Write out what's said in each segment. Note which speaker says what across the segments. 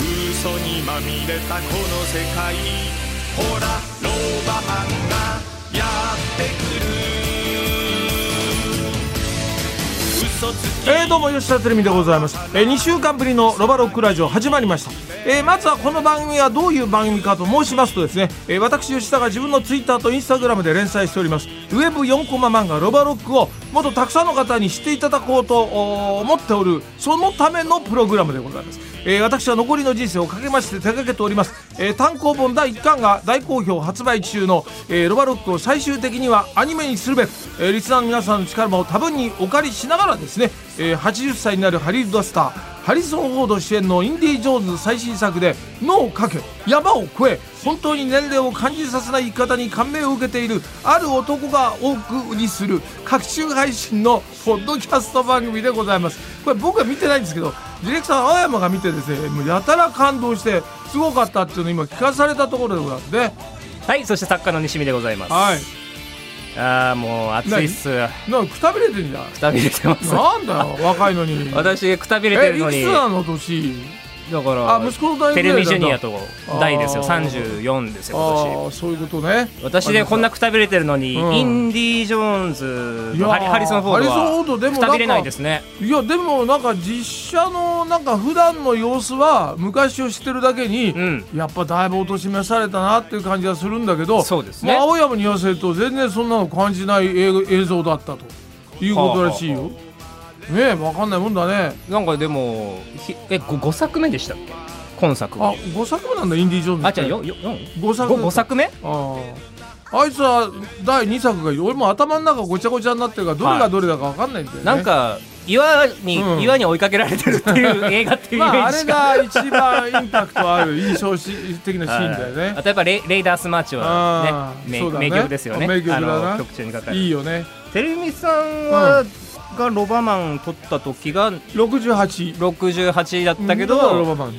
Speaker 1: 嘘にまみれたこの世界ほらローバマンがやってくる嘘つき
Speaker 2: えーどうも吉田テレビでございます、え2週間ぶりのロバロックラジオ始まりました、えーまずはこの番組はどういう番組かと申しますとですね、えー私吉田が自分のツイッターとインスタグラムで連載しておりますウェブ4コマ漫画ロバロックをもっとたくさんの方に知っていただこうとおー思っておるそのためのプログラムでございます、えー私は残りの人生をかけまして手掛けております、えー単行本第1巻が大好評発売中の、えーロバロックを最終的にはアニメにするべく、えーリスナーの皆さんの力も多分にお借りしながらですね、えー80歳になるハリウッドスターハリソン・フォード主演の「インディ・ジョーンズ」最新作で脳をかけ山を越え本当に年齢を感じさせない生き方に感銘を受けているある男がお送りする各週配信のポッドキャスト番組でございますこれ僕は見てないんですけどディレクターの青山が見てですねもうやたら感動してすごかったっていうのを今聞かされたところでございますね
Speaker 3: はい、そして作家の西見でございます。
Speaker 2: はい
Speaker 3: ああ、もう暑いっす。
Speaker 2: なんかくたびれてんじゃん
Speaker 3: くたびれてます。
Speaker 2: なんだよ若いの に
Speaker 3: 私くたびれて
Speaker 2: え
Speaker 3: る
Speaker 2: い
Speaker 3: のに
Speaker 2: くつ。なの年
Speaker 3: だから。
Speaker 2: あ息子の代ぐらいなんだ
Speaker 3: テレビジュニアと大ですよ。
Speaker 2: あー
Speaker 3: 三十四ですよ。
Speaker 2: あ
Speaker 3: 今
Speaker 2: あそういうことね
Speaker 3: 年。私でこんなくたびれてるのに、
Speaker 2: うん
Speaker 3: インディ・ジョーンズ
Speaker 2: いや
Speaker 3: とハ
Speaker 2: ー
Speaker 3: リハリソン・フォ
Speaker 2: ハリソン
Speaker 3: ー
Speaker 2: フォード
Speaker 3: ド
Speaker 2: で
Speaker 3: は
Speaker 2: も
Speaker 3: く
Speaker 2: なん
Speaker 3: た
Speaker 2: か
Speaker 3: びれないですね
Speaker 2: いやでもなんか実写のなんか普段の様子は昔を知ってるだけに、
Speaker 3: うん
Speaker 2: やっぱだいぶおとしめされたなっていう感じはするんだけど
Speaker 3: そうですね
Speaker 2: もう青山に言わせると全然そんなの感じない映映像だったということらしいよ。
Speaker 3: は
Speaker 2: ねえ分かんないもんだね。
Speaker 3: なんかでもひえご五作目でしたっけ今作
Speaker 2: あ
Speaker 3: は
Speaker 2: 5作目なんだインディ・ジョーンズ
Speaker 3: あ
Speaker 2: って
Speaker 3: 違うよよ四
Speaker 2: 5作
Speaker 3: ご
Speaker 2: 目
Speaker 3: 五作目
Speaker 2: あああいつは第2作がいい俺もう頭の中ごちゃごちゃになってるからどれがどれだか分かんないんだよね。
Speaker 3: なんか岩に、
Speaker 2: うん
Speaker 3: 岩に追いかけられてるっていう映画っていうイメ
Speaker 2: まあ、
Speaker 3: ー
Speaker 2: あ
Speaker 3: ジ
Speaker 2: れ
Speaker 3: しか、
Speaker 2: が一番インパクトある印象的なシーンだよね
Speaker 3: はい。あとやっぱレイレイダースマーチは
Speaker 2: あー
Speaker 3: ね
Speaker 2: そ
Speaker 3: 名
Speaker 2: うだね
Speaker 3: 名曲ですよね
Speaker 2: 名曲だな
Speaker 3: あの曲中にかか
Speaker 2: い
Speaker 3: る
Speaker 2: いよね。
Speaker 3: てるみさんは、がロバマン取った時が
Speaker 2: 六十八。
Speaker 3: 68だったけ
Speaker 2: ロ
Speaker 3: ど
Speaker 2: バマン。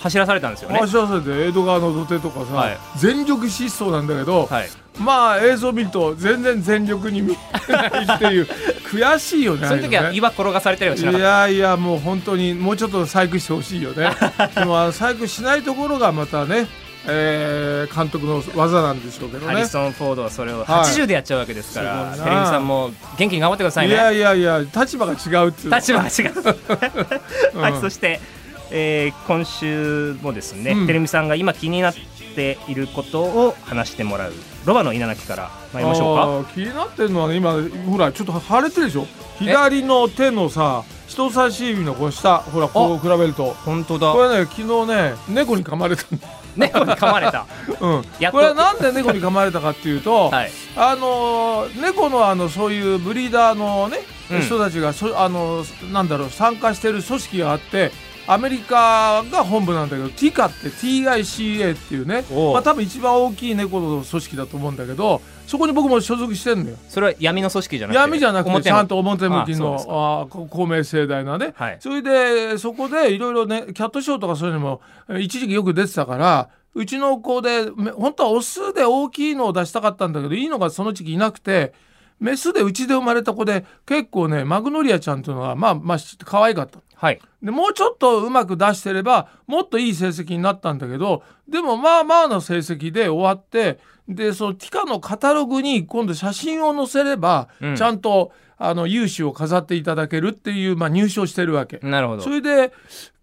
Speaker 3: 走らされたんですよね
Speaker 2: あ、知らせて、江戸川の土手とかさ、
Speaker 3: はい
Speaker 2: 全力疾走なんだけど、
Speaker 3: はい
Speaker 2: まあ映像見ると全然全力に見えないって いう悔しいよね。
Speaker 3: その時
Speaker 2: あ
Speaker 3: は
Speaker 2: れね
Speaker 3: 岩転がされたりはしなか
Speaker 2: い
Speaker 3: っ
Speaker 2: やいやもう本当にもうちょっと細工してほしい よねでもあの細工しないところがまたね、えー監督の技なんでしょうけど
Speaker 3: た
Speaker 2: ね
Speaker 3: ハリソン・フォードはそれを
Speaker 2: はい
Speaker 3: 80でやっちゃうわけですから、
Speaker 2: す
Speaker 3: て
Speaker 2: ご
Speaker 3: る
Speaker 2: いな
Speaker 3: みさんも元気に頑張ってください
Speaker 2: い
Speaker 3: ね
Speaker 2: やいやいや立場が違うっていうの
Speaker 3: 立場が違う、
Speaker 2: うん
Speaker 3: はい、そして、えー今週もですね、
Speaker 2: うん
Speaker 3: てるみさんが今気になっていることを話してもらうロバの稲垣から参りましょうか
Speaker 2: あー気になってるのはね今ほらちょっと腫れてるでしょ左の手のさ人差し指のこう下ほらこう比べると
Speaker 3: 本当
Speaker 2: こ
Speaker 3: だ
Speaker 2: れね昨日ね猫に噛まれたんだ
Speaker 3: 猫に噛ま れた
Speaker 2: うん
Speaker 3: やっと
Speaker 2: これはなんで猫に噛まれたかっていうと、
Speaker 3: はい
Speaker 2: あのー猫のあのそういうブリーダーのね、
Speaker 3: うん
Speaker 2: 人たちがそあのなんだろう参加してる組織があってアメリカが本部なんだけど TICA って TICA っていうね
Speaker 3: おう
Speaker 2: まあ多分一番大きい猫の組織だと思うんだけどそこに僕も所属してんのよ
Speaker 3: それは闇の組織じゃなくて
Speaker 2: 闇じゃなくて
Speaker 3: 表
Speaker 2: ち
Speaker 3: の
Speaker 2: ゃんと表向き
Speaker 3: あそう
Speaker 2: の
Speaker 3: ですか
Speaker 2: あこ公明正大なね、
Speaker 3: はい
Speaker 2: それでそこでいろいろねキャットショーとかそういうのもえー一時期よく出てたからうちの子でめ本当はオスで大きいのを出したかったんだけどいいのがその時期いなくてメスでうちで生まれた子で結構ねマグノリアちゃんというのはまあまあ可愛かった。
Speaker 3: はい
Speaker 2: でもうちょっとうまく出してればもっといい成績になったんだけどでもまあまあの成績で終わってでそのティカのカタログに今度写真を載せれば、
Speaker 3: うん
Speaker 2: ちゃんとあの融資を飾っていただけるっていう、まあ、入賞してるわけ。
Speaker 3: なるほど
Speaker 2: それで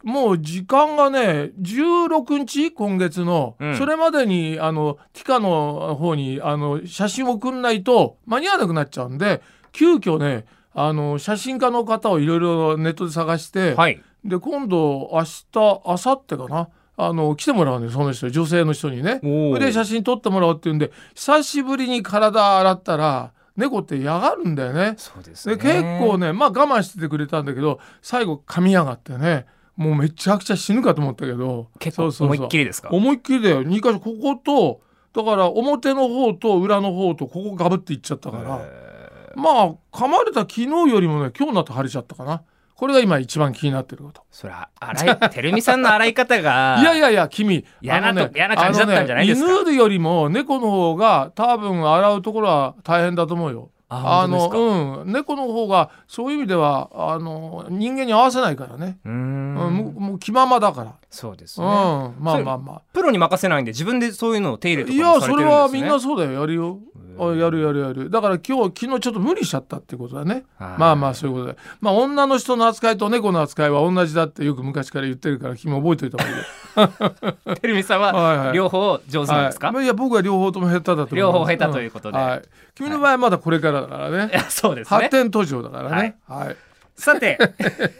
Speaker 2: もう時間がね16日今月の、
Speaker 3: うん
Speaker 2: それまでにあのティカの方にあの写真を送んないと間に合わなくなっちゃうんで急遽ねあの写真家の方をいろいろネットで探して、
Speaker 3: はい
Speaker 2: で今度明日明後日かなあの来てもらうんでその人女性の人にね
Speaker 3: おー
Speaker 2: で写真撮ってもらおうって言うんで久しぶりに体洗ったら猫って嫌がるんだよね。
Speaker 3: そうです
Speaker 2: で
Speaker 3: ね
Speaker 2: 結構ねまあ我慢しててくれたんだけど最後噛みやがってねもうめちゃくちゃ死ぬかと思ったけど
Speaker 3: 結
Speaker 2: そう
Speaker 3: 構
Speaker 2: そうそう
Speaker 3: 思いっきりですか
Speaker 2: 思いっきりだよ2箇所こことだから表の方と裏の方とここガブっていっちゃったから
Speaker 3: えー
Speaker 2: まあ噛まれた昨日よりもね今日になって腫れちゃったかなこれが今一番気になってること。
Speaker 3: それは洗 いてるみさんの洗い方が
Speaker 2: いやいやいや君
Speaker 3: 嫌なと
Speaker 2: あのね
Speaker 3: 嫌な感じだったんじゃないですか
Speaker 2: あのね犬よりも猫の方が多分洗うところは大変だと思うよ
Speaker 3: あ
Speaker 2: あ
Speaker 3: 本当ですか
Speaker 2: の、うん、猫の方がそういう意味ではあの人間に合わせないからね、
Speaker 3: うー
Speaker 2: うん
Speaker 3: ん
Speaker 2: もうもう気ままだから、
Speaker 3: そうです
Speaker 2: う
Speaker 3: ね、
Speaker 2: ん、まあまあまあ
Speaker 3: プロに任せないんで自分でそういうのを手入れと
Speaker 2: い
Speaker 3: かも
Speaker 2: や
Speaker 3: され
Speaker 2: そ
Speaker 3: て
Speaker 2: れ
Speaker 3: るんですね
Speaker 2: はみんなそうだよやるよあやるやるやるだから今日昨日ちょっと無理しちゃったってことだね
Speaker 3: はい
Speaker 2: まあまあそういうことでまあ女の人の扱いと猫の扱いは同じだってよく昔から言ってるから君も覚えておいた方がいいよ
Speaker 3: てるみさん
Speaker 2: はいは
Speaker 3: はい両方上手なんですか、
Speaker 2: はい、いや僕は両方とも下手だと思います
Speaker 3: 両方下手ということで
Speaker 2: んはい、君の場合はまだこれからだからね、
Speaker 3: いや そうですね
Speaker 2: 発展途上だからねはい、
Speaker 3: さて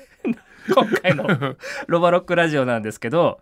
Speaker 3: 今回の「ロバロックラジオ」なんですけど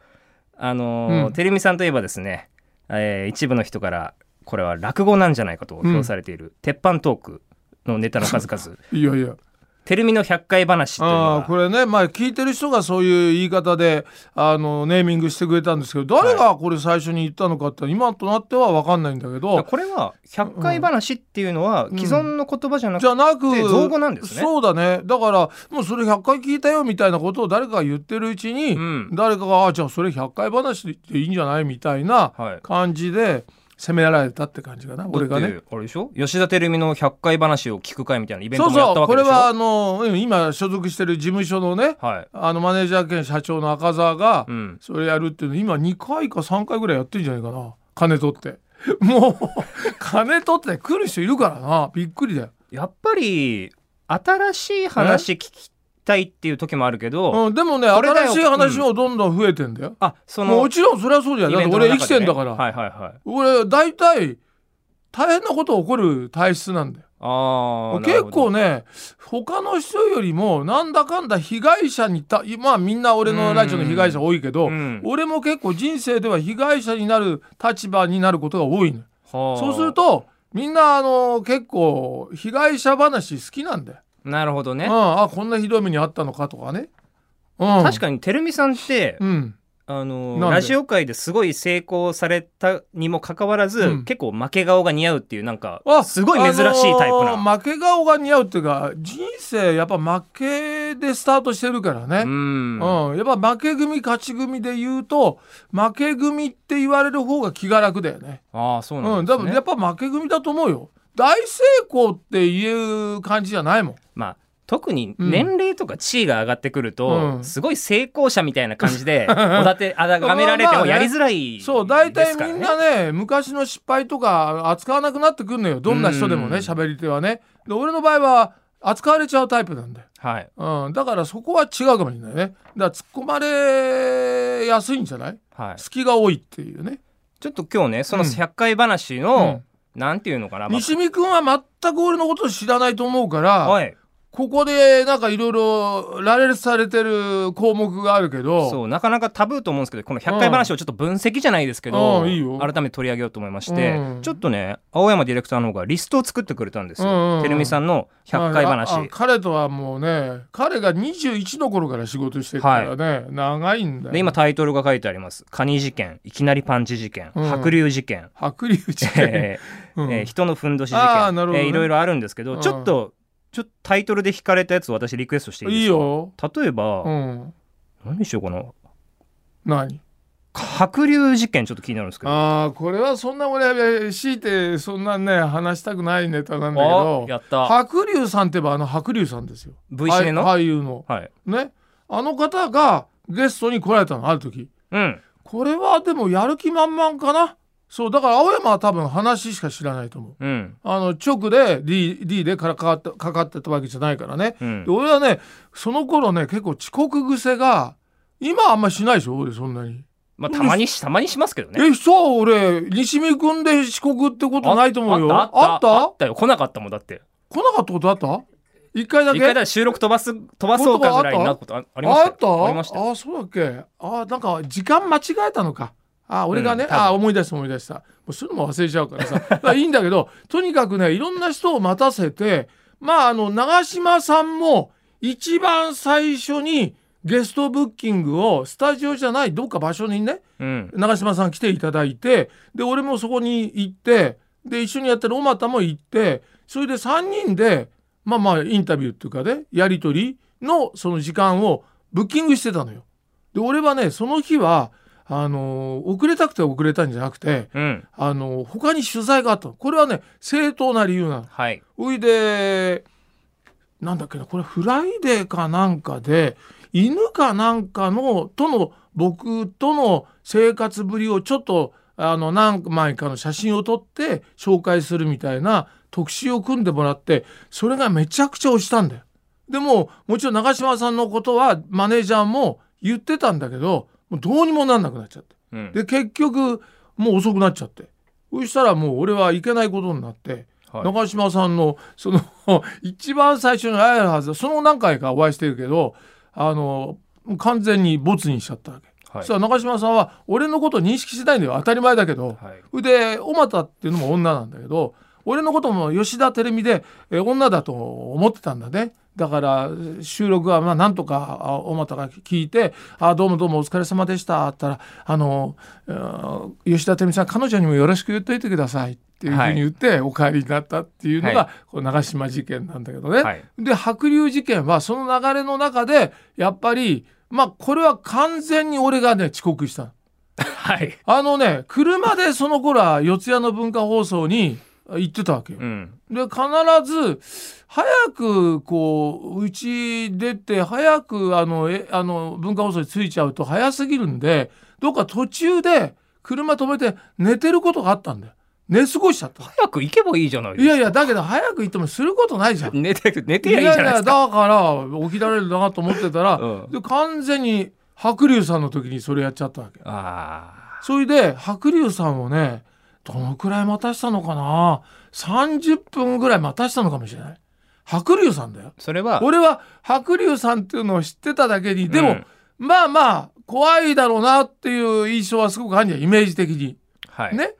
Speaker 3: あのー
Speaker 2: うん
Speaker 3: てるみさんといえばですね、えー一部の人からこれは落語なんじゃないかと評されている、鉄板トークのネタの数々
Speaker 2: い、いやいや
Speaker 3: 「てるみの百回話」という
Speaker 2: ああ
Speaker 3: の
Speaker 2: これね、まあ、聞いてる人がそういう言い方であのネーミングしてくれたんですけど誰がこれ最初に言ったのかって今となっては分かんないんだけど、
Speaker 3: がこれは「百回話」っていうのは
Speaker 2: ん
Speaker 3: 既存の言葉じゃなく
Speaker 2: じゃなく
Speaker 3: で造語なんですね
Speaker 2: そうだねだからもうそれ100回聞いたよみたいなことを誰かが言ってるうちに、
Speaker 3: うん
Speaker 2: 誰かが「あじゃあそれ100回話でいいんじゃない?」みたいな
Speaker 3: はい
Speaker 2: 感じで責められたって感じかな俺が
Speaker 3: だっ
Speaker 2: ね。
Speaker 3: てあれでしょ吉田てるみの百回話を聞く会みたいなイベン
Speaker 2: そ
Speaker 3: ト
Speaker 2: う
Speaker 3: もやった
Speaker 2: そう
Speaker 3: わ
Speaker 2: こ
Speaker 3: け
Speaker 2: れ
Speaker 3: でしょ
Speaker 2: はあのうん今所属してる事務所のね
Speaker 3: はい
Speaker 2: あのマネージャー兼社長の赤澤が
Speaker 3: うん
Speaker 2: それやるっていうの今2回か3回ぐらいやってんじゃないかな金取って。 もう金取って来る人いるからなびっくりだよ。
Speaker 3: やっぱり新しい話聞きたいっていう時もあるけど、
Speaker 2: うん、でもね
Speaker 3: これだよ
Speaker 2: 新しい話もどんどん増えてんだよ。
Speaker 3: あその
Speaker 2: もちろんそれはそうじゃない、だって俺生きてんだから、
Speaker 3: はいはいはい
Speaker 2: 俺大体大変なこと起こる体質なんだよ
Speaker 3: ああ
Speaker 2: 結構ね他の人よりもなんだかんだ被害者にたまあみんな俺のラジオの被害者多いけ
Speaker 3: う
Speaker 2: ど、
Speaker 3: ん
Speaker 2: 俺も結構人生では被害者になる立場になることが多いのよそ
Speaker 3: そう
Speaker 2: するとみんなあの結構被害者話好きなんだよ、
Speaker 3: なるほど
Speaker 2: う
Speaker 3: ね
Speaker 2: ん、あこんなひどい目にあったのかとかね、うん、
Speaker 3: 確かにてるみさんって、
Speaker 2: うん
Speaker 3: あの
Speaker 2: なんで
Speaker 3: ラジオ界ですごい成功されたにもかかわらず、
Speaker 2: うん
Speaker 3: 結構負け顔が似合うっていうなんか
Speaker 2: あ
Speaker 3: すごい珍しいタイプ
Speaker 2: あの
Speaker 3: な、
Speaker 2: ー負け顔が似合うっていうか人生やっぱ負けでスタートしてるから
Speaker 3: う
Speaker 2: ね、うんんやっぱ負け組勝ち組で言うと負け組って言われる方が気が楽だよね
Speaker 3: ああそう
Speaker 2: う
Speaker 3: なん
Speaker 2: ん
Speaker 3: です
Speaker 2: 多
Speaker 3: ね、
Speaker 2: 分やっぱ負け組だと思うよ大成功って言う感じじゃないもん
Speaker 3: まあ特に
Speaker 2: うん
Speaker 3: 年齢とか地位が上がってくると、
Speaker 2: うん
Speaker 3: すごい成功者みたいな感じ でおだてあだがめられて
Speaker 2: まあま
Speaker 3: も
Speaker 2: あね
Speaker 3: やりづらいですか
Speaker 2: そう
Speaker 3: ら、ね
Speaker 2: 大体みんなね昔の失敗とか扱わなくなってくんのよどんな人でもね
Speaker 3: うん
Speaker 2: 喋り手はねで俺の場合は扱われちゃうタイプなんだよ
Speaker 3: はい
Speaker 2: うん、だからそこは違うかもしれないねだから突っ込まれやすいんじゃない
Speaker 3: はい
Speaker 2: 隙が多いっていうね、
Speaker 3: ちょっと今日ねその
Speaker 2: うん
Speaker 3: 100回話の、なんていうのかな、まあ
Speaker 2: 西見君は全く俺のこと知らないと思うから、
Speaker 3: はい、
Speaker 2: ここでなんかいろいろ羅列されてる項目があるけど
Speaker 3: そうなかなかタブーと思うんですけどこの100回話をちょっと分析じゃないですけ
Speaker 2: う
Speaker 3: ど、
Speaker 2: んいいよ
Speaker 3: 改めて取り上げようと思いまして、
Speaker 2: うん
Speaker 3: ちょっとね青山ディレクターの方がリストを作ってくれたんですよ、
Speaker 2: うんうんうん
Speaker 3: てるみさんの100回話、
Speaker 2: ああ彼とはもうね彼が21の頃から仕事してるからね、長いんだよ
Speaker 3: で今タイトルが書いてあります「カニ事件いきなりパンチ事件
Speaker 2: うん
Speaker 3: 白龍事 件」
Speaker 2: 白龍事件、
Speaker 3: え
Speaker 2: う
Speaker 3: ー
Speaker 2: ん
Speaker 3: えー人のふんどし事
Speaker 2: あーなる
Speaker 3: 件、
Speaker 2: ほど
Speaker 3: えー
Speaker 2: ね
Speaker 3: いろいろあるんですけど、
Speaker 2: うん
Speaker 3: ちょっとちょっとタイトルで引かれたやつを私リクエストしていい
Speaker 2: い
Speaker 3: で
Speaker 2: い
Speaker 3: すか
Speaker 2: よ、
Speaker 3: 例えば、
Speaker 2: うん、
Speaker 3: 何にしようかな
Speaker 2: 何
Speaker 3: 白龍事件ちょっと気になるんですけど
Speaker 2: ああこれはそんな俺強いてそんなね話したくないネタなんだけ
Speaker 3: あ
Speaker 2: ど
Speaker 3: やった
Speaker 2: 白龍さんって言えばあの白龍さんですよ
Speaker 3: V シネの
Speaker 2: 俳俳優の
Speaker 3: はい
Speaker 2: ねあの方がゲストに来られたのある時
Speaker 3: うん
Speaker 2: これはでもやる気満々かなそうだから青山は多分話しか知らないと思う
Speaker 3: うん
Speaker 2: あの直で D, D でからかかってかかってたわけじゃないからね
Speaker 3: うん
Speaker 2: で俺はねその頃ね結構遅刻癖が今あんましないでしょ俺そんなに。
Speaker 3: まあたまにしたまにしますけどね
Speaker 2: え、そう、俺、西見くんで遅刻ってことないと思うよ。
Speaker 3: あったあ
Speaker 2: あ
Speaker 3: っ
Speaker 2: ったた
Speaker 3: あったよ来なかったもんだって
Speaker 2: 来なかったことあった一回だ
Speaker 3: 一
Speaker 2: け
Speaker 3: 回だから収録飛ばす飛ばそうかぐらいになったことあありました
Speaker 2: あ
Speaker 3: よ
Speaker 2: った
Speaker 3: ありましたよ
Speaker 2: あそうだっけあなんか時間間違えたのかあ俺がね、
Speaker 3: うん多分
Speaker 2: あ思い出した思い出したもうするのも忘れちゃうからさ だからいいんだけどとにかくねいろんな人を待たせてまああの長嶋さんも一番最初にゲストブッキングをスタジオじゃないどっか場所にね
Speaker 3: うん
Speaker 2: 長嶋さん来ていただいてで俺もそこに行ってで一緒にやってる尾又も行ってそれで3人でまあまあインタビューっていうかねやり取りのその時間をブッキングしてたのよ。で俺はねその日はあの遅れたくて遅れたんじゃなくて
Speaker 3: うん。
Speaker 2: あの他に取材があったのこれはね正当な理由なの。
Speaker 3: はい。
Speaker 2: おいでなんだっけなこれフライデーかなんかで犬かなんかのとの僕との生活ぶりをちょっとあの何枚かの写真を撮って紹介するみたいな特集を組んでもらってそれがめちゃくちゃ押したんだよ。でももちろん長嶋さんのことはマネージャーも言ってたんだけどもうどうにもなんなくなっちゃって。
Speaker 3: うん。
Speaker 2: で結局もう遅くなっちゃってそしたらもう俺はいけないことになって、
Speaker 3: はい
Speaker 2: 中島さんのその 一番最初に会えるはずその何回かお会いしてるけどあの完全にボツにしちゃったわけ、
Speaker 3: はい
Speaker 2: そしたら中島さんは俺のこと認識してないんだよ当たり前だけど、
Speaker 3: はい。
Speaker 2: で小俣っていうのも女なんだけど俺のことも吉田テレビでえ女だと思ってたんだねだから収録はまあなんとかあ小俣が聞いて「あどうもどうもお疲れ様でした」って言ったら「あの、うん吉田テレビさん彼女にもよろしく言っといてください」っていうふうに言って、お帰りになったっていうのが、
Speaker 3: は
Speaker 2: こう長島事件なんだけどね。
Speaker 3: はい。
Speaker 2: で白龍事件はその流れの中でやっぱりまあこれは完全に俺がね遅刻したの。
Speaker 3: はい。
Speaker 2: あのね、車でその頃は四谷の文化放送に行ってたわけよ
Speaker 3: う。ん。
Speaker 2: で、必ず、早く、こう、うち出て、早く、あの、え、あの、文化放送に着いちゃうと早すぎるんで、どっか途中で、車止めて寝てることがあったんだよ。寝過ごしちゃった。
Speaker 3: 早く行けばいいじゃない
Speaker 2: い
Speaker 3: です
Speaker 2: や
Speaker 3: か。
Speaker 2: いや、だけど早く行ってもすることないじゃん。
Speaker 3: 寝て、寝てやいいじゃないですか。
Speaker 2: だから、起きられるなと思ってたら、
Speaker 3: うん
Speaker 2: で完全に白龍さんの時にそれやっちゃったわけ。
Speaker 3: あ
Speaker 2: それで白龍さんをねどのくらい待たしたのかな30分ぐらい待たしたのかもしれない白龍さんだよ
Speaker 3: あ。それは、
Speaker 2: 俺は白龍さんっていうのを知ってただけにでも、
Speaker 3: うん
Speaker 2: まあまあ怖いだろうなっていう印象はすごくあるんじゃんイメージ的に。
Speaker 3: はい。
Speaker 2: ね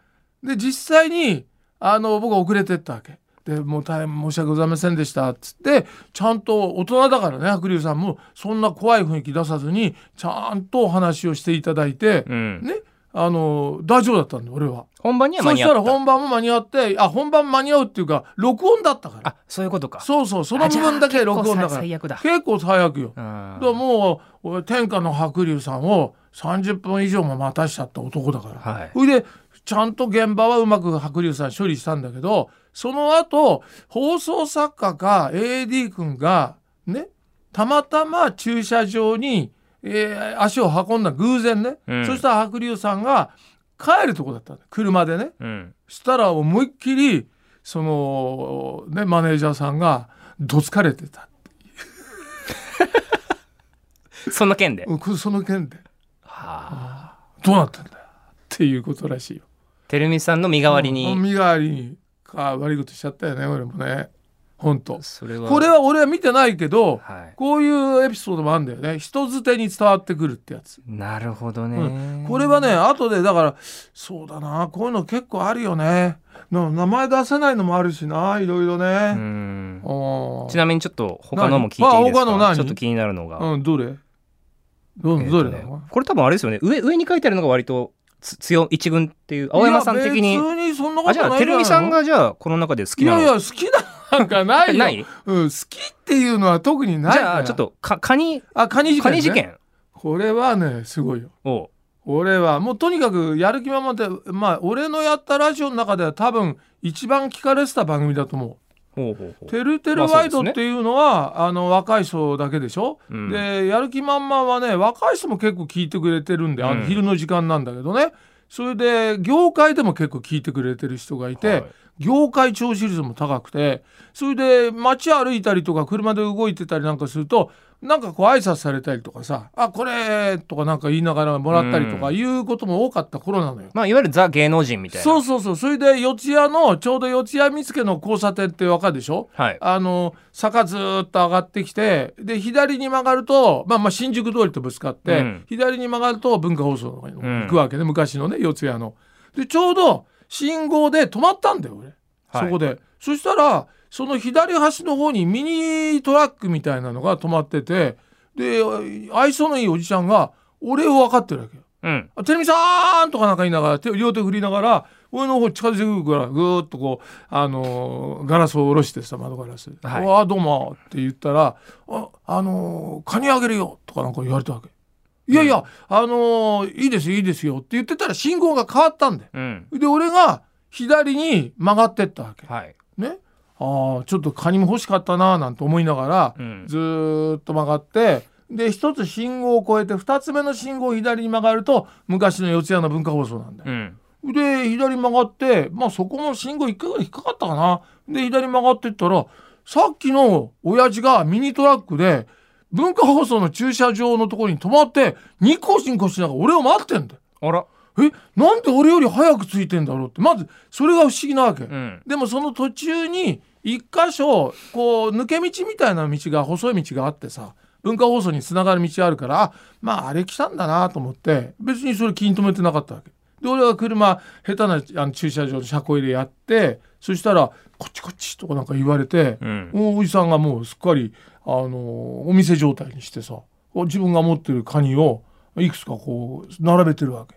Speaker 2: で実際にあの僕は遅れてったわけ。でもう大変申し訳ございませんでしたっつってちゃんと大人だからね白龍さんもそんな怖い雰囲気出さずにちゃんとお話をしていただいて、
Speaker 3: うん。
Speaker 2: ね、あの大丈夫だったんだ俺は。
Speaker 3: 本番には間
Speaker 2: そし
Speaker 3: に
Speaker 2: た
Speaker 3: 合
Speaker 2: ら
Speaker 3: った。
Speaker 2: 本番も間に合ってあ本番間に合うっていうか録音だったから
Speaker 3: あ、そういうことか。
Speaker 2: そうそうその部分だけ録音だから
Speaker 3: あじゃあ結構最最悪だ。
Speaker 2: 結構早くよ。
Speaker 3: あ
Speaker 2: だから
Speaker 3: ー
Speaker 2: もう俺天下の白龍さんを30分以上も待たしちゃった男だから。
Speaker 3: はい。
Speaker 2: それでちゃんと現場はうまく白龍さん処理したんだけどその後放送作家か AD 君がねたまたま駐車場に、えー足を運んだ偶然ね、
Speaker 3: うん
Speaker 2: そしたら白龍さんが帰るとこだったの車でね
Speaker 3: うん。
Speaker 2: したら思いっきりそのねマネージャーさんがどつかれてた
Speaker 3: その件で。
Speaker 2: うんその件で
Speaker 3: はあ。
Speaker 2: どうなったんだよっていうことらしいよ。
Speaker 3: てるみさんの身代わりに。
Speaker 2: 身代わりにか悪いことしちゃったよね俺もね本当
Speaker 3: それは。
Speaker 2: これは俺は見てないけど
Speaker 3: はい。
Speaker 2: こういうエピソードもあるんだよね人づてに伝わってくるってやつ
Speaker 3: なるほどね、
Speaker 2: これはね後でだからそうだなこういうの結構あるよねな名前出せないのもあるしないろいろ
Speaker 3: う
Speaker 2: ね、
Speaker 3: ん
Speaker 2: あ。ー
Speaker 3: ちなみにちょっと他のも聞いていいです
Speaker 2: 何あ他の
Speaker 3: か
Speaker 2: 何
Speaker 3: ちょっと気になるのが、
Speaker 2: うんどれど,、
Speaker 3: えー
Speaker 2: ど
Speaker 3: と
Speaker 2: れ
Speaker 3: ね
Speaker 2: だろう
Speaker 3: これ多分あれですよね上上に書いてあるのが割とつ強一軍っていう青山さん的
Speaker 2: い
Speaker 3: に
Speaker 2: や別にそんなことな
Speaker 3: あ
Speaker 2: い
Speaker 3: じゃあてるみさん
Speaker 2: 好
Speaker 3: がじゃあこの中で好きなの
Speaker 2: いやいや好きなんかないよ
Speaker 3: ない
Speaker 2: うん、好きっていうのは特にない
Speaker 3: じ
Speaker 2: から
Speaker 3: ゃあちょっとかカニ
Speaker 2: あカニ事件、ね、
Speaker 3: カニ事件
Speaker 2: これはねすごいよ
Speaker 3: を
Speaker 2: 俺はもうとにかくやる気満々でまあ俺のやったラジオの中では多分一番聞かれてた番組だと思
Speaker 3: ほうほうほ
Speaker 2: う
Speaker 3: う
Speaker 2: 「てるてる
Speaker 3: まあそう
Speaker 2: ワ
Speaker 3: で
Speaker 2: イ
Speaker 3: すね
Speaker 2: ド」っていうのは、あ、の若い層だけでしょ、
Speaker 3: うん
Speaker 2: でやる気満々はね若い人も結構聞いてくれてるんであの
Speaker 3: うん
Speaker 2: 昼の時間なんだけどね、それで業界でも結構聞いてくれてる人がいて、
Speaker 3: はい
Speaker 2: 業界聴取率も高くてそれで街歩いたりとか車で動いてたりなんかするとなんかこう挨拶されたりとかさ「あこれ」とかなんか言いながらもらったりとか
Speaker 3: う
Speaker 2: いうことも多かった頃なのよ。
Speaker 3: まあいわゆるザ芸能人みたいな
Speaker 2: そうそうそうそれで四谷のちょうど四谷見附の交差点ってわかるでしょ
Speaker 3: はい
Speaker 2: あの坂ずーっと上がってきてで左に曲がると、まあ、まあ新宿通りとぶつかって、
Speaker 3: うん
Speaker 2: 左に曲がると文化放送の方に
Speaker 3: うん
Speaker 2: 行くわけね、昔のね四谷の。でちょうど信号で止まったんだよ俺、
Speaker 3: はい
Speaker 2: そこで。そしたらその左端の方にミニトラックみたいなのが止まっててで愛想のいいおじちゃんが俺を分かってるわけよ。
Speaker 3: うん
Speaker 2: あテレビさんとかなんか言いながら手両手振りながら俺の方に近づいてくるからぐーっとこう、あのーガラスを下ろしてさ窓ガラス「
Speaker 3: は
Speaker 2: はいわあどうも」って言ったら「あ、あのーカニあげるよ」とかなんか言われたわけ。いやいや、あのーいいですよいいですよって言ってたら信号が変わったんだよ。
Speaker 3: うん。
Speaker 2: で俺が左に曲がってったわけ。
Speaker 3: はい。
Speaker 2: ね、ああちょっとカニも欲しかったなーなんて思いながら、
Speaker 3: うん
Speaker 2: ずーっと曲がってで一つ信号を越えて二つ目の信号を左に曲がると昔の四谷の文化放送なんだよ。
Speaker 3: うん。
Speaker 2: で左曲がってまあそこも信号一回ぐらい引っかかったかな。で左曲がってったらさっきの親父がミニトラックで文化放送の駐車場のところに止まってニコシニコしながら俺を待ってんだよ。
Speaker 3: あら。
Speaker 2: えなんで俺より早く着いてんだろうってまずそれが不思議なわけ。
Speaker 3: うん。
Speaker 2: でもその途中に一箇所こう抜け道みたいな道が細い道があってさ文化放送につながる道あるからあまああれ来たんだなと思って別にそれ気に留めてなかったわけで俺が車下手なあの駐車場の車庫入れやってそしたら「こっちこっち」とかなんか言われて、
Speaker 3: うん。
Speaker 2: おおじさんがもうすっかりあのお店状態にしてさ自分が持ってるカニをいくつかこう並べてるわけ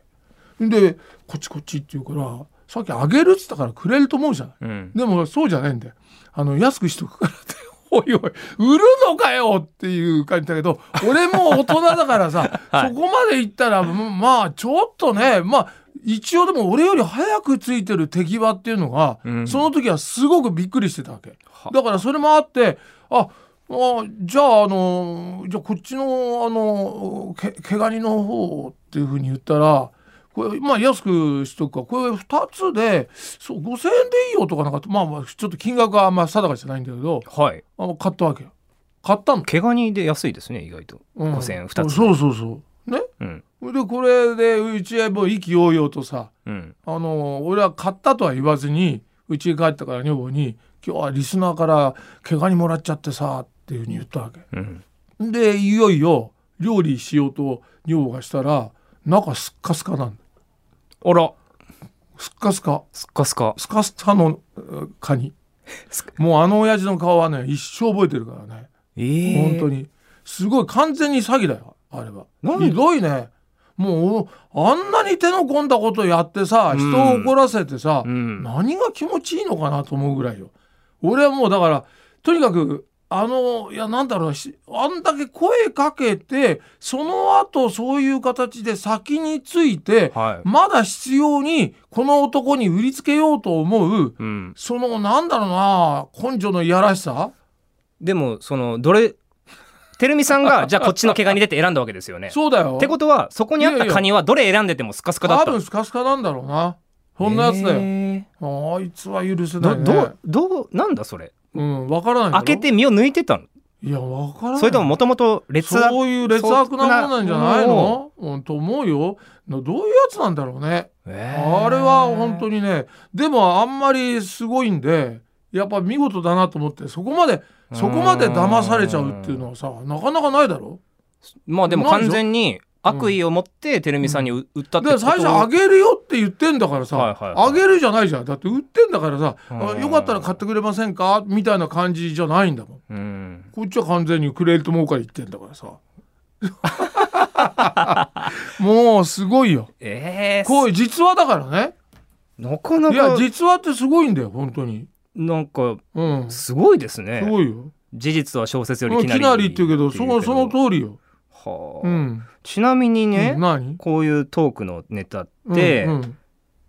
Speaker 2: でこっちこっちって言うからさっきあげるっつったからくれると思うじゃない
Speaker 3: うん。
Speaker 2: でもそうじゃないんだよあの安くしとくからっておいおい売るのかよっていう感じだけど俺もう大人だから さ、そこまで行ったらうんまあちょっとねまあ一応でも俺より早くついてる手際っていうのが、
Speaker 3: うん
Speaker 2: その時はすごくびっくりしてたわけ
Speaker 3: は
Speaker 2: だからそれもあってああじゃああのじゃあこっちのあのけ毛ガニの方っていうふうに言ったらこれまあ安くしとくかこれ2つでそう5,000円でいいよとかなんかまあまあちょっと金額はあんま定かじゃないんだけど
Speaker 3: はい。
Speaker 2: あ買ったわけよ買ったの、
Speaker 3: 毛ガニで安いですね、意外と。
Speaker 2: うん、
Speaker 3: 5000円2つ
Speaker 2: そうそうそうね
Speaker 3: うん。
Speaker 2: でこれでうちへもう意気揚々とさ
Speaker 3: うん。
Speaker 2: あの俺は買ったとは言わずにうちへ帰ったから女房に「今日はリスナーから毛ガニもらっちゃってさ」っていうふうに言ったわけ。
Speaker 3: うん。
Speaker 2: でいよいよ料理しようと女房がしたら中すっかすかなんだ
Speaker 3: あら。
Speaker 2: すっかすか
Speaker 3: すっかすか。
Speaker 2: すかすかのえーカニ
Speaker 3: すっ
Speaker 2: もうあの親父の顔はね一生覚えてるからね、
Speaker 3: ええ
Speaker 2: 本当にすごい完全に詐欺だよあれは
Speaker 3: なんで
Speaker 2: ひどいねもうあんなに手の込んだことやってさ
Speaker 3: うん
Speaker 2: 人を怒らせてさ、
Speaker 3: うん。
Speaker 2: 何が気持ちいいのかなと思うぐらいよ俺はもうだからとにかくあのいやなんだろうなしあんだけ声かけてその後そういう形で先について
Speaker 3: はい。
Speaker 2: まだ必要にこの男に売りつけようと思う
Speaker 3: うん。
Speaker 2: そのなんだろうな根性のいやらしさ
Speaker 3: でもそのどれてるみさん がじゃあこっちの毛ガニでって選んだわけですよね。
Speaker 2: そうだよ
Speaker 3: ってことはそこにあったカニはどれ選んでてもスカスカだった。
Speaker 2: 多分スカスカなんだろうなそんなやつだよ、
Speaker 3: へー
Speaker 2: あいつは許せ
Speaker 3: ど
Speaker 2: ないね
Speaker 3: どうどうなんだそれ。
Speaker 2: うんわからないだ
Speaker 3: 開
Speaker 2: ろ
Speaker 3: けて身を抜いてたの。
Speaker 2: いやわからない
Speaker 3: それとももともと劣悪。
Speaker 2: そういう劣悪なものなんじゃないの、うん、と思うよなどういうやつなんだろうねあれは本当
Speaker 3: に。
Speaker 2: にねでもあんまりすごいんでやっぱ見事だなと思ってそこまでそこまで騙されちゃうっていうのはさなかなかないだろ
Speaker 3: まあでも完全に悪意を持っててるみさんにう売ったって
Speaker 2: で
Speaker 3: こと。
Speaker 2: 最初あげるよって言ってんだからさ、
Speaker 3: はいはいはい
Speaker 2: あげるじゃないじゃんだって売ってんだからさ、
Speaker 3: うん
Speaker 2: あよかったら買ってくれませんかみたいな感じじゃないんだも
Speaker 3: う
Speaker 2: ん
Speaker 3: ん。
Speaker 2: こっちは完全にクレート儲かり言ってんだから さもうすごいよ
Speaker 3: ええ
Speaker 2: こういう実話だからね
Speaker 3: なかない
Speaker 2: や
Speaker 3: か
Speaker 2: 実話ってすごいんだよ本当に
Speaker 3: なんか
Speaker 2: うんす
Speaker 3: すごいですね。
Speaker 2: ごいよ
Speaker 3: 事実は小説より
Speaker 2: うん
Speaker 3: きな
Speaker 2: き
Speaker 3: り。
Speaker 2: なりって言うけどそのその通りよ
Speaker 3: はあ、
Speaker 2: うん
Speaker 3: ちなみにね、
Speaker 2: うん何
Speaker 3: こういうトークのネタって、
Speaker 2: うんうん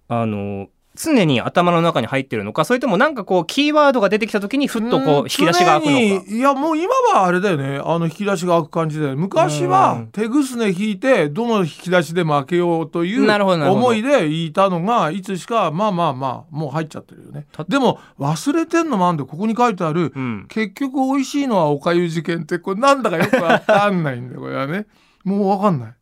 Speaker 3: あの常に頭の中に入ってるのかそれともなんかこうキーワードが出てきた時にふっとこう引き出しが開くの
Speaker 2: 常
Speaker 3: か
Speaker 2: にいやもう今はあれだよねあの引き出しが開く感じだよね昔
Speaker 3: う
Speaker 2: は
Speaker 3: ん
Speaker 2: 手ぐすね引いてどの引き出しでも開けようという
Speaker 3: なるほどなるほど
Speaker 2: 思いでいたのがいつしかまあまあまあもう入っちゃってるよね
Speaker 3: た
Speaker 2: でも忘れてんのもあんでここに書いてある
Speaker 3: うん
Speaker 2: 結局美味しいのはおかゆ事件ってこれなんだかよくわかんないんだよこれはね もうわかんない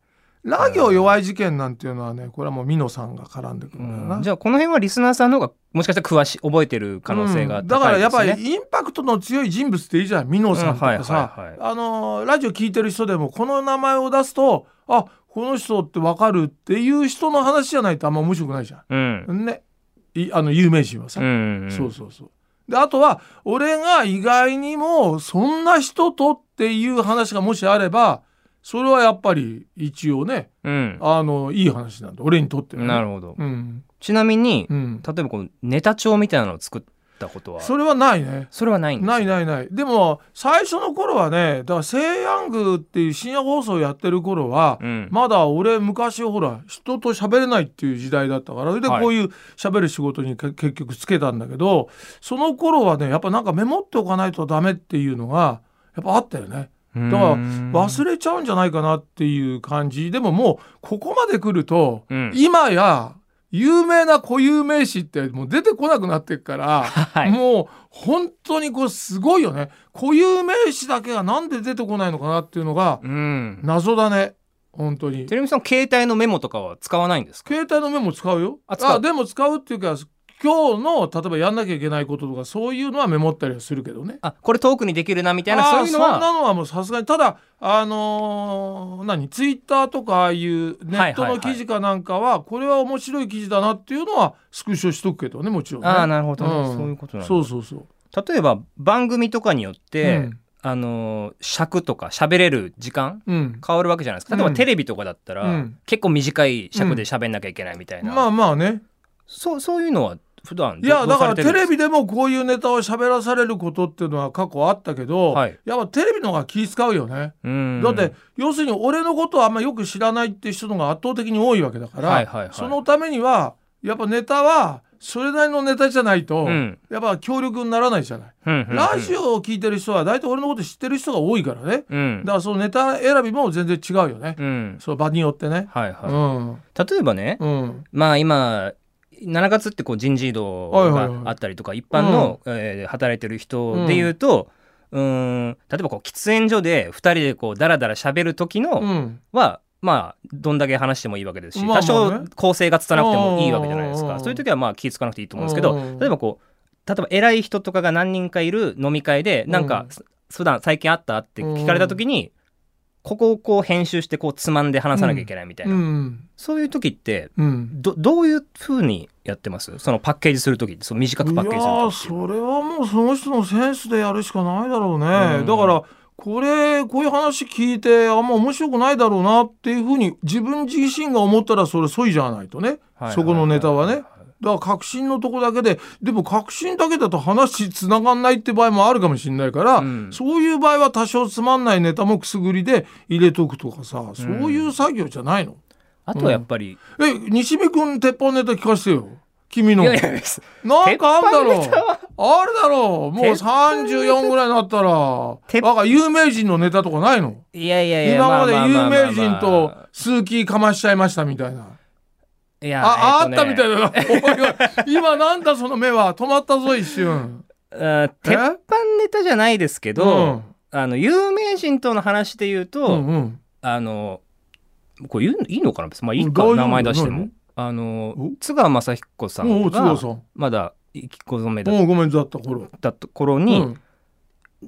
Speaker 2: ラ行弱い事件なんていうのはねこれはもう美濃さんが絡んでくるんだよな、
Speaker 3: うんじゃあこの辺はリスナーさんの方がもしかしたら詳しい覚えてる可能性が
Speaker 2: うんだか
Speaker 3: 高
Speaker 2: ら
Speaker 3: い
Speaker 2: や
Speaker 3: で
Speaker 2: っ
Speaker 3: すね、
Speaker 2: ぱりインパクトの強い人物っていいじゃん美濃さんとかさ、
Speaker 3: うんはいはい
Speaker 2: あのーラジオ聞いてる人でもこの名前を出すとあこの人ってわかるっていう人の話じゃないとあんま面白くないじゃ
Speaker 3: うん
Speaker 2: ん。ねいあの有名人はさ、
Speaker 3: うんうん
Speaker 2: そうそうそう。であとは俺が意外にもそんな人とっていう話がもしあればそれはやっぱり一応ね
Speaker 3: うん
Speaker 2: あのいい話なんだ俺にとってはね、
Speaker 3: なるほど
Speaker 2: うん
Speaker 3: ちなみに
Speaker 2: うん、
Speaker 3: 例えばこのネタ帳みたいなのを作っったことは
Speaker 2: それはないね
Speaker 3: それはないんです
Speaker 2: ないないないでも最初の頃はねだから西洋宮っていう深夜放送やってる頃は、
Speaker 3: うん
Speaker 2: まだ俺昔ほら人と喋れないっていう時代だったからそれで
Speaker 3: はい
Speaker 2: こういう喋る仕事にけ結局つけたんだけどその頃はねやっぱなんかメモっておかないとダメっていうのがやっぱあったよねだから忘れちゃうんじゃないかなっていう感じでももうここまで来ると、
Speaker 3: うん
Speaker 2: 今や有名な固有名詞ってもう出てこなくなってくから、
Speaker 3: はい
Speaker 2: もう本当にこれすごいよね固有名詞だけがなんで出てこないのかなっていうのが
Speaker 3: うん
Speaker 2: 謎だね本当に
Speaker 3: てるみさん携帯のメモとかは使わないんですか
Speaker 2: 携帯のメモ使うよ
Speaker 3: あ使う
Speaker 2: でも使うっていうか今日の例えばやんなきゃいけないこととかそういうのはメモったりはするけどね
Speaker 3: あこれ遠くにできるなみたいな
Speaker 2: あー
Speaker 3: そういうの
Speaker 2: そん
Speaker 3: は
Speaker 2: なのはもうさすがにただあのー何ツイッターとかああいうネット
Speaker 3: はいはいは
Speaker 2: の
Speaker 3: い
Speaker 2: 記事かなんかは,、これは面白い記事だなっていうのはスクショしとくけどねもちろんね
Speaker 3: ああなるほど、
Speaker 2: ん
Speaker 3: そういうことなんだ
Speaker 2: そうそうそう、
Speaker 3: 例えば番組とかによって、
Speaker 2: うん
Speaker 3: あのー尺とか喋れる時間
Speaker 2: うん、
Speaker 3: 変わるわけじゃないですか例え
Speaker 2: うん
Speaker 3: ばテレビとかだったら、
Speaker 2: うん
Speaker 3: 結構短い尺で喋んなきゃいけないみたいな、
Speaker 2: まあまあね
Speaker 3: そうそういうのは普段
Speaker 2: いや
Speaker 3: ど
Speaker 2: だ
Speaker 3: うさ
Speaker 2: か
Speaker 3: れ
Speaker 2: ら
Speaker 3: てる
Speaker 2: テ
Speaker 3: んで
Speaker 2: レ
Speaker 3: す
Speaker 2: ビでもこういうネタを喋らされることっていうのは過去あったけど、
Speaker 3: はい
Speaker 2: やっぱテレビの方が気使うよね、
Speaker 3: うん
Speaker 2: だって要するに俺のことをあんまよく知らないっていう人の方が圧倒的に多いわけだから、
Speaker 3: はいはいはい
Speaker 2: そのためにはやっぱネタはそれなりのネタじゃないと、
Speaker 3: うん
Speaker 2: やっぱ強力にならないじゃない、
Speaker 3: うんうんうん
Speaker 2: ラジオを聞いてる人は大体俺のこと知ってる人が多いからね
Speaker 3: うん
Speaker 2: だからそのネタ選びも全然違うよね、
Speaker 3: うん
Speaker 2: その場によってね、
Speaker 3: はいはい、
Speaker 2: うん
Speaker 3: 例えばね、
Speaker 2: うん
Speaker 3: まあ今7月ってこう人事異動
Speaker 2: はいはいはい
Speaker 3: があったりとか一般の、えー働いてる人で言うと、うーん例えばこう喫煙所で2人でこうダラダラ喋る時の、
Speaker 2: うん
Speaker 3: はまあどんだけ話してもいいわけですし、
Speaker 2: まあまあね
Speaker 3: 多少構成がつたなくてもいいわけじゃないです
Speaker 2: うんうん
Speaker 3: か
Speaker 2: うん
Speaker 3: そういう時はまあ気ぃつかなくていいと思うんですけ
Speaker 2: うんうんう
Speaker 3: ど
Speaker 2: ん
Speaker 3: 例えばこう例えば偉い人とかが何人かいる飲み会でなんか、
Speaker 2: うん
Speaker 3: す普段最近あったって聞かれた時に、ここをこう編集してこうつまんで話さなきゃいけないみたいな、
Speaker 2: うん
Speaker 3: そういう時って
Speaker 2: うん
Speaker 3: どどういうふうにやってますそのパッケージする時ってそう短くパッケージする
Speaker 2: いや
Speaker 3: 時
Speaker 2: ー
Speaker 3: っていうのは
Speaker 2: それはもうその人のセンスでやるしかないだろうね、
Speaker 3: うん
Speaker 2: だからこれこういう話聞いてあんま面白くないだろうなっていうふうに自分自身が思ったらそれそいじゃないとね、
Speaker 3: はいはいはい
Speaker 2: そこのネタはねだから確信のとこだけででも確信だけだと話つながんないって場合もあるかもしれないから、
Speaker 3: うん
Speaker 2: そういう場合は多少つまんないネタもくすぐりで入れとくとかさそういう作業じゃないの、
Speaker 3: あとはやっぱり、
Speaker 2: え西見君鉄板ネタ聞かせてよ君の
Speaker 3: いやいやいや
Speaker 2: なんかあるだろう
Speaker 3: 鉄板ネタは
Speaker 2: あるだろうもう
Speaker 3: 鉄板ネタ
Speaker 2: 34ぐらいになったら
Speaker 3: 鉄
Speaker 2: なんか有名人のネタとかないの
Speaker 3: いやいやいや
Speaker 2: 今まで
Speaker 3: ああ
Speaker 2: 有
Speaker 3: あ
Speaker 2: 名
Speaker 3: あ
Speaker 2: 人と数奇かましちゃいましたみたいな。
Speaker 3: いやえ
Speaker 2: あ、あ
Speaker 3: と
Speaker 2: っ
Speaker 3: ね
Speaker 2: たみたいな。 おいおい今なんだその目は止まったぞ一瞬。
Speaker 3: うん鉄板ネタじゃないですけど、あの有名人との話で言うと、
Speaker 2: うんうん
Speaker 3: あのこれ言ういいのかな別にまあいい
Speaker 2: うん大丈
Speaker 3: か
Speaker 2: 夫
Speaker 3: 名前出しても
Speaker 2: 何
Speaker 3: あの
Speaker 2: お
Speaker 3: 津川雅彦さ
Speaker 2: うん。お
Speaker 3: ん
Speaker 2: お、津川
Speaker 3: が
Speaker 2: さん。
Speaker 3: まだ生きこ染めだっ
Speaker 2: おお、ごめんだった頃。
Speaker 3: た頃
Speaker 2: う
Speaker 3: に、
Speaker 2: ん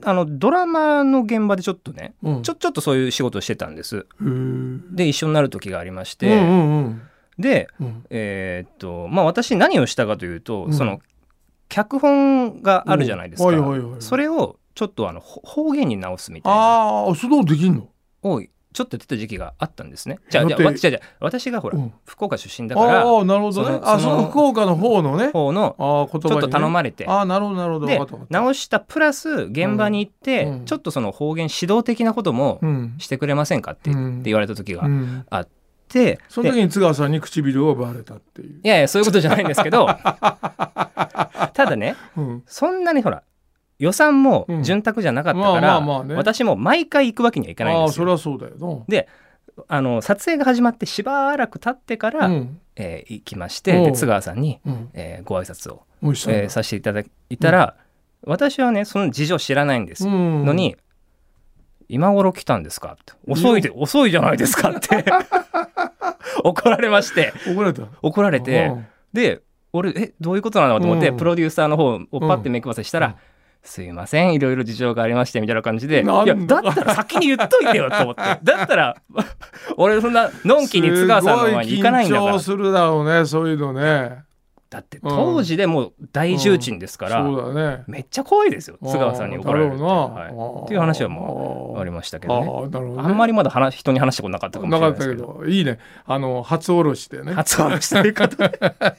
Speaker 3: あのドラマの現場でちょっとね
Speaker 2: うん。
Speaker 3: ちょちょっとそういう仕事をしてたんです
Speaker 2: へー
Speaker 3: で一緒になる時がありまし
Speaker 2: う
Speaker 3: て、
Speaker 2: んうんうん
Speaker 3: で
Speaker 2: うん。
Speaker 3: えーっとまあ私何をしたかというと、
Speaker 2: うん
Speaker 3: その脚本があるじゃないですか、
Speaker 2: はいはいはい。
Speaker 3: それをちょっとあのほ方言に直すみたいな
Speaker 2: ああ、そんなことできんの
Speaker 3: をちょっとやってた時期があったんですね。じゃあ
Speaker 2: だ
Speaker 3: じゃあ
Speaker 2: って
Speaker 3: わじゃあじゃあ私がほら、
Speaker 2: うん
Speaker 3: 福岡出身だから
Speaker 2: ああ、なるほどね
Speaker 3: そ。の
Speaker 2: あ、
Speaker 3: そ
Speaker 2: そ
Speaker 3: の
Speaker 2: の福岡の方のね。
Speaker 3: 方の
Speaker 2: ああ、言葉に
Speaker 3: ち
Speaker 2: ね
Speaker 3: ょっと頼まれて、
Speaker 2: ああ、なるほど、なるほど。わ
Speaker 3: で
Speaker 2: かったわかった
Speaker 3: 直したプラス現場に行って、
Speaker 2: うん
Speaker 3: ちょっとその方言指導的なことも
Speaker 2: うん。
Speaker 3: してくれませんかって,、
Speaker 2: うん
Speaker 3: 言われた時が
Speaker 2: う
Speaker 3: あ
Speaker 2: ん
Speaker 3: って、
Speaker 2: その
Speaker 3: で
Speaker 2: 時に津川さんに唇を奪われたっていう。
Speaker 3: いやいやそういうことじゃないんです けどただね
Speaker 2: うん
Speaker 3: そんなにほら予算も潤沢じゃなかったから、
Speaker 2: まあまあまあね
Speaker 3: 私も毎回行くわけにはいかないん
Speaker 2: ああ
Speaker 3: です
Speaker 2: そ
Speaker 3: よ。
Speaker 2: れはそうだよ
Speaker 3: あの撮影が始まってしばらく経ってから、
Speaker 2: な。うん
Speaker 3: えー行きまして
Speaker 2: お
Speaker 3: で
Speaker 2: う
Speaker 3: 津川さんに、
Speaker 2: うん。
Speaker 3: えーご挨拶を、
Speaker 2: おいしそうだ
Speaker 3: えーさせていただいたら、私はねその事情知らないんです
Speaker 2: う
Speaker 3: よ
Speaker 2: ん
Speaker 3: のに「今頃来たんですか?」って「遅いで遅いじゃないですか」って 怒られまして
Speaker 2: 怒られた。
Speaker 3: 怒られて
Speaker 2: うん
Speaker 3: で俺えどういうことなのと思って、
Speaker 2: うん
Speaker 3: プロデューサーの方をパッて
Speaker 2: うん
Speaker 3: 目くばせしたら「
Speaker 2: うん
Speaker 3: すいませんいろいろ事情がありましてみたいな感じで「い
Speaker 2: なんだ
Speaker 3: やだったら先に言っといてよ」と 思ってだったら俺そんなのんきに津川さんの前に行かないんだか
Speaker 2: すご
Speaker 3: ら
Speaker 2: 緊張するだろうねそういうのね。
Speaker 3: だって当時でもう大重鎮ですから、
Speaker 2: そうだね。
Speaker 3: めっちゃ怖いですよ津川さんに怒られるって,、
Speaker 2: だろうな
Speaker 3: はい
Speaker 2: ああ
Speaker 3: っていう話はもうありましたけどね
Speaker 2: ああなるほどね。
Speaker 3: あんまりまだ話人に話したことなかったかもし
Speaker 2: な
Speaker 3: れな
Speaker 2: か
Speaker 3: い
Speaker 2: っ
Speaker 3: です
Speaker 2: た
Speaker 3: け
Speaker 2: け
Speaker 3: ど
Speaker 2: どいいねあの初おろしでね。
Speaker 3: 発音したい方
Speaker 2: ま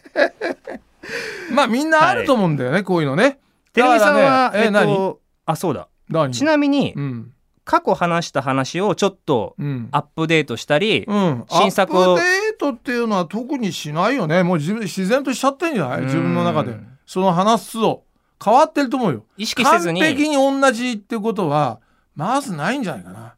Speaker 2: まあみんなあると思うんだよね、こういうのね。
Speaker 3: テレビさんは、
Speaker 2: だからねえ
Speaker 3: えっとあそうだ
Speaker 2: 何何
Speaker 3: ちなみに
Speaker 2: うん。
Speaker 3: 過去話した話をちょっと
Speaker 2: うん。
Speaker 3: アップデートしたり、
Speaker 2: うん、
Speaker 3: 新作を
Speaker 2: アップデートっていうのは特にしないよねもう自分自然としちゃってんじゃない自分の中で
Speaker 3: うん
Speaker 2: その話すを変わってると思うよ
Speaker 3: 意識せ
Speaker 2: 完
Speaker 3: ずに
Speaker 2: 璧に同じってことはまずないんじゃないかな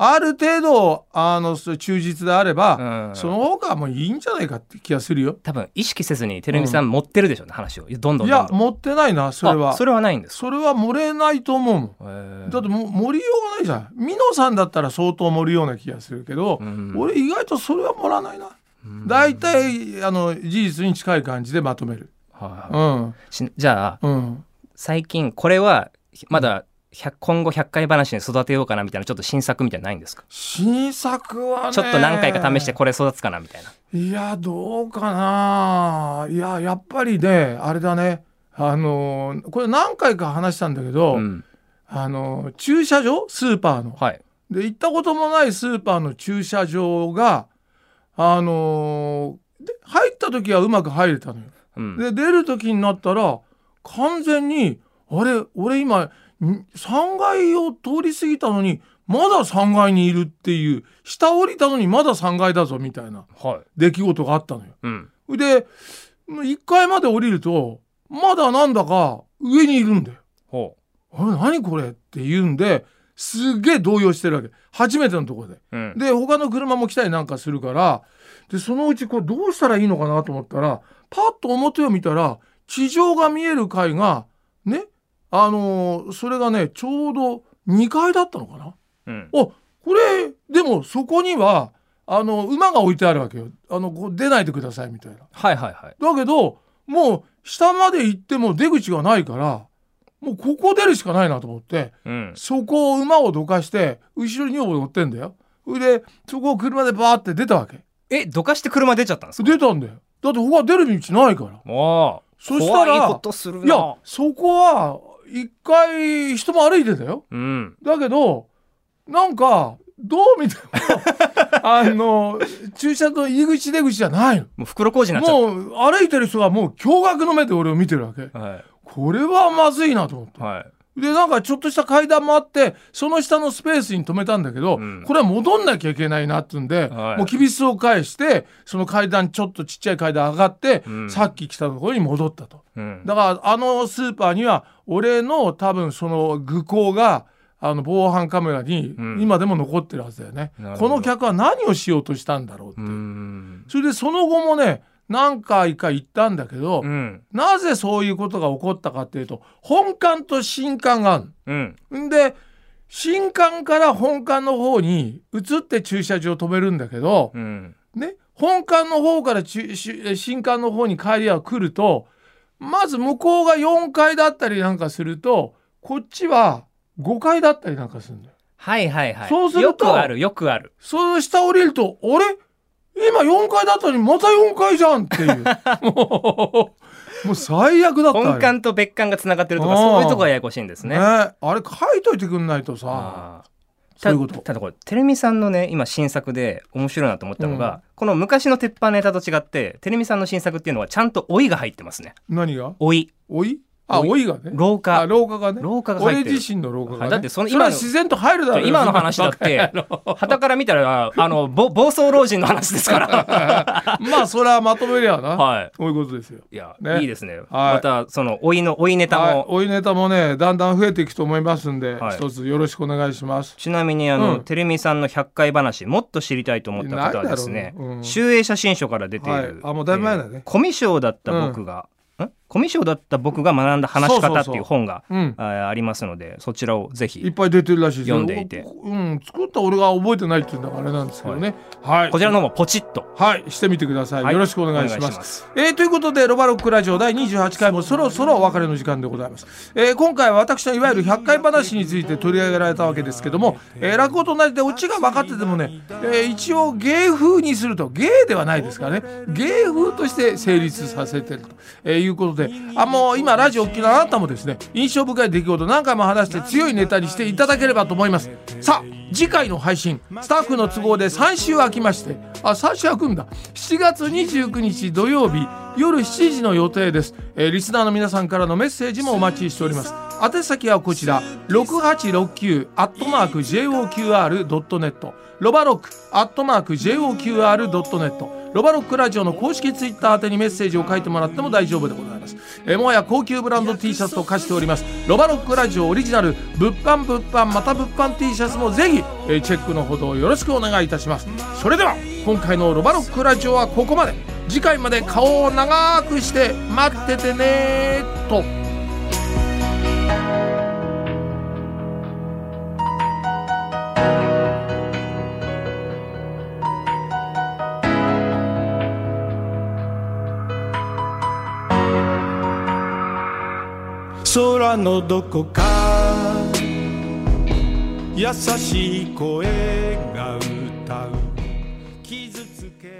Speaker 2: ある程度あのそう忠実であれば、
Speaker 3: うん
Speaker 2: その方がもういいんじゃないかって気がするよ
Speaker 3: 多分意識せずにてるみさん持ってるでしょうね、話をどんどんどんどん
Speaker 2: いや持ってないなそれは
Speaker 3: あそれはないんです
Speaker 2: それは漏れないと思うもん
Speaker 3: へー
Speaker 2: だってもう盛りようがないじゃん美濃さんだったら相当盛るような気がするけど、
Speaker 3: うん
Speaker 2: 俺意外とそれは盛らないな
Speaker 3: うん
Speaker 2: 大体あの事実に近い感じでまとめる
Speaker 3: はいは
Speaker 2: うん
Speaker 3: いしじゃあ
Speaker 2: うん
Speaker 3: 最近これはまだ100今後100回話に育てようかなみたいなちょっと新作みたいなのないんですか
Speaker 2: 新作はね
Speaker 3: ちょっと何回か試してこれ育つかなみたいない
Speaker 2: やどうかないややっぱりねあれだねあのこれ何回か話したんだけど、
Speaker 3: うん
Speaker 2: あの駐車場スーパーの
Speaker 3: はい
Speaker 2: で行ったこともないスーパーの駐車場があのーで入った時はうまく入れたのよ。
Speaker 3: うん
Speaker 2: で出る時になったら完全にあれ俺今ん3階を通り過ぎたのにまだ3階にいるっていう下降りたのにまだ3階だぞみたいな
Speaker 3: はい
Speaker 2: 出来事があったのよ。
Speaker 3: うん
Speaker 2: で1階まで降りるとまだなんだか上にいるんだよ。
Speaker 3: ほ
Speaker 2: あれ何これって言うんですっげえ動揺してるわけ初めてのところで。
Speaker 3: ううん
Speaker 2: で他の車も来たりなんかするからでそのうちこれどうしたらいいのかなと思ったらパッと表を見たら地上が見える階がねあのーそれがねちょうど2階だったのかな。
Speaker 3: うん
Speaker 2: あこれでもそこにはあの馬が置いてあるわけよあのこう出ないでくださいみたいな。
Speaker 3: はいはいはい
Speaker 2: だけどもう下まで行っても出口がないからもうここ出るしかないなと思って
Speaker 3: うん
Speaker 2: そこを馬をどかして後ろに女房乗ってんだよ。それでそこを車でバーって出たわけ。
Speaker 3: えどかして車出ちゃったんですか
Speaker 2: 出たんだよ。だって他出る道ないから。
Speaker 3: もう
Speaker 2: そしたら
Speaker 3: 怖いことするない
Speaker 2: やそこは一回人も歩いてたよ。
Speaker 3: うん
Speaker 2: だけどなんかどう 見てもあの駐車場の入り口出口じゃないの。
Speaker 3: もう袋小路になっちゃっ
Speaker 2: もう歩いてる人はもう驚愕の目で俺を見てるわけ。
Speaker 3: たはい
Speaker 2: これはまずいなと思って。
Speaker 3: はい
Speaker 2: でなんかちょっとした階段もあってその下のスペースに止めたんだけ
Speaker 3: う
Speaker 2: ど、
Speaker 3: ん
Speaker 2: これは戻んなきゃいけないなってんで、
Speaker 3: はい
Speaker 2: もう厳しさを返してその階段ちょっとちっちゃい階段上がって、
Speaker 3: うん
Speaker 2: さっき来たところに戻ったと
Speaker 3: うん
Speaker 2: だからあのスーパーには俺の多分その愚行があの防犯カメラに
Speaker 3: うん
Speaker 2: 今でも残ってるはずだよね、
Speaker 3: なるほ
Speaker 2: こ
Speaker 3: ど
Speaker 2: の客は何をしようとしたんだろうって、
Speaker 3: うん
Speaker 2: それでその後もね何回か行ったんだけど、
Speaker 3: うん
Speaker 2: なぜそういうことが起こったかっていうと本館と新館があるの
Speaker 3: うん
Speaker 2: んで新館から本館の方に移って駐車場を止めるんだけど、
Speaker 3: うん
Speaker 2: ね、本館の方から駐し新館の方に帰りが来るとまず向こうが4階だったりなんかするとこっちは5階だったりなんかするんだよ。
Speaker 3: はいはいはい
Speaker 2: そうすると
Speaker 3: よくあるよくある
Speaker 2: その下降りると「あれ今4階だったのにまた4階じゃん!」っていう もうもう最悪だったよ
Speaker 3: 本館と別館がつながってるとか
Speaker 2: あー
Speaker 3: そういうとこがややこしいんです
Speaker 2: ね
Speaker 3: ね。
Speaker 2: あれ書いといてくんないとさ
Speaker 3: あー
Speaker 2: そういうこと
Speaker 3: たただこれてるみさんのね今新作で面白いなと思ったのが、この昔の鉄板ネタと違っててるみさんの新作っていうのはちゃんと老いが入ってますね
Speaker 2: 何が
Speaker 3: 老い
Speaker 2: 老い
Speaker 3: 老
Speaker 2: あ老いがね
Speaker 3: 老
Speaker 2: あ
Speaker 3: 化
Speaker 2: 廊下がね
Speaker 3: 老化が入ってる
Speaker 2: 俺自身の廊下が、
Speaker 3: は
Speaker 2: ね、
Speaker 3: いだってその
Speaker 2: れは
Speaker 3: 今の
Speaker 2: 自然と入るだろうよ
Speaker 3: 今の話だっ て旗から見たらあのぼ暴走老人の話ですから
Speaker 2: まあそれはまとめりゃな、
Speaker 3: は
Speaker 2: こういうことですよ
Speaker 3: いいや、
Speaker 2: ね
Speaker 3: いいですね、
Speaker 2: はい
Speaker 3: またその老いの老いネタ
Speaker 2: はい
Speaker 3: も、
Speaker 2: おいネタもねだんだん増えていくと思いますんで、
Speaker 3: はい
Speaker 2: 一つよろしくお願いします
Speaker 3: ちなみにあの、
Speaker 2: うん
Speaker 3: てるみさんの100回話もっと知りたいと思った方はです
Speaker 2: ない
Speaker 3: ね
Speaker 2: だろうねうん
Speaker 3: 集英写真書から出ている、
Speaker 2: はいあもうだいぶ前だね
Speaker 3: えーコミュ障だった僕が、んコミュ障だった僕が学んだ話し
Speaker 2: そうそ
Speaker 3: 方
Speaker 2: う
Speaker 3: っ
Speaker 2: そ
Speaker 3: てい
Speaker 2: う
Speaker 3: う本が
Speaker 2: うん
Speaker 3: あーありますのでそちらをぜ
Speaker 2: いっ
Speaker 3: ひ
Speaker 2: ぱい出てるらしいですよ
Speaker 3: 読んでいて
Speaker 2: うん作った俺が覚えてないっていうんだからあれなんですけどねはい
Speaker 3: こちらの方もポチッと、
Speaker 2: はいしてみてください、
Speaker 3: はい
Speaker 2: よろしくお願いし
Speaker 3: お願
Speaker 2: ま
Speaker 3: いし
Speaker 2: す
Speaker 3: ます
Speaker 2: えーということでロバロックラジオ第28回もそろそろお別れの時間でございます、えー今回は私のいわゆる100回話について取り上げられたわけですけども、えー落語と同じでオチが分かっててもね、えー一応芸風にすると芸ではないですからね芸風として成立させてると、えーいうことであもう今ラジオをお聞きのあなたもですね印象深い出来事を何回も話して強いネタにしていただければと思いますさあ次回の配信スタッフの都合で3週空きましてあ3週空くんだ7月29日土曜日夜7時の予定です、えーリスナーの皆さんからのメッセージもお待ちしております宛先はこちら6869アットマーク JOQR.net ロバロックアットマーク JOQR.net ロバロックラジオの公式ツイッター宛てにメッセージを書いてもらっても大丈夫でございます、えーもはや高級ブランド T シャツと化しておりますロバロックラジオオリジナル物販物販また物販 T シャツもぜひ、えーチェックのほどよろしくお願いいたしますそれでは今回のロバロックラジオはここまで次回まで顔を長くして待っててねーと
Speaker 1: 空のどこか優しい声が歌う傷つけ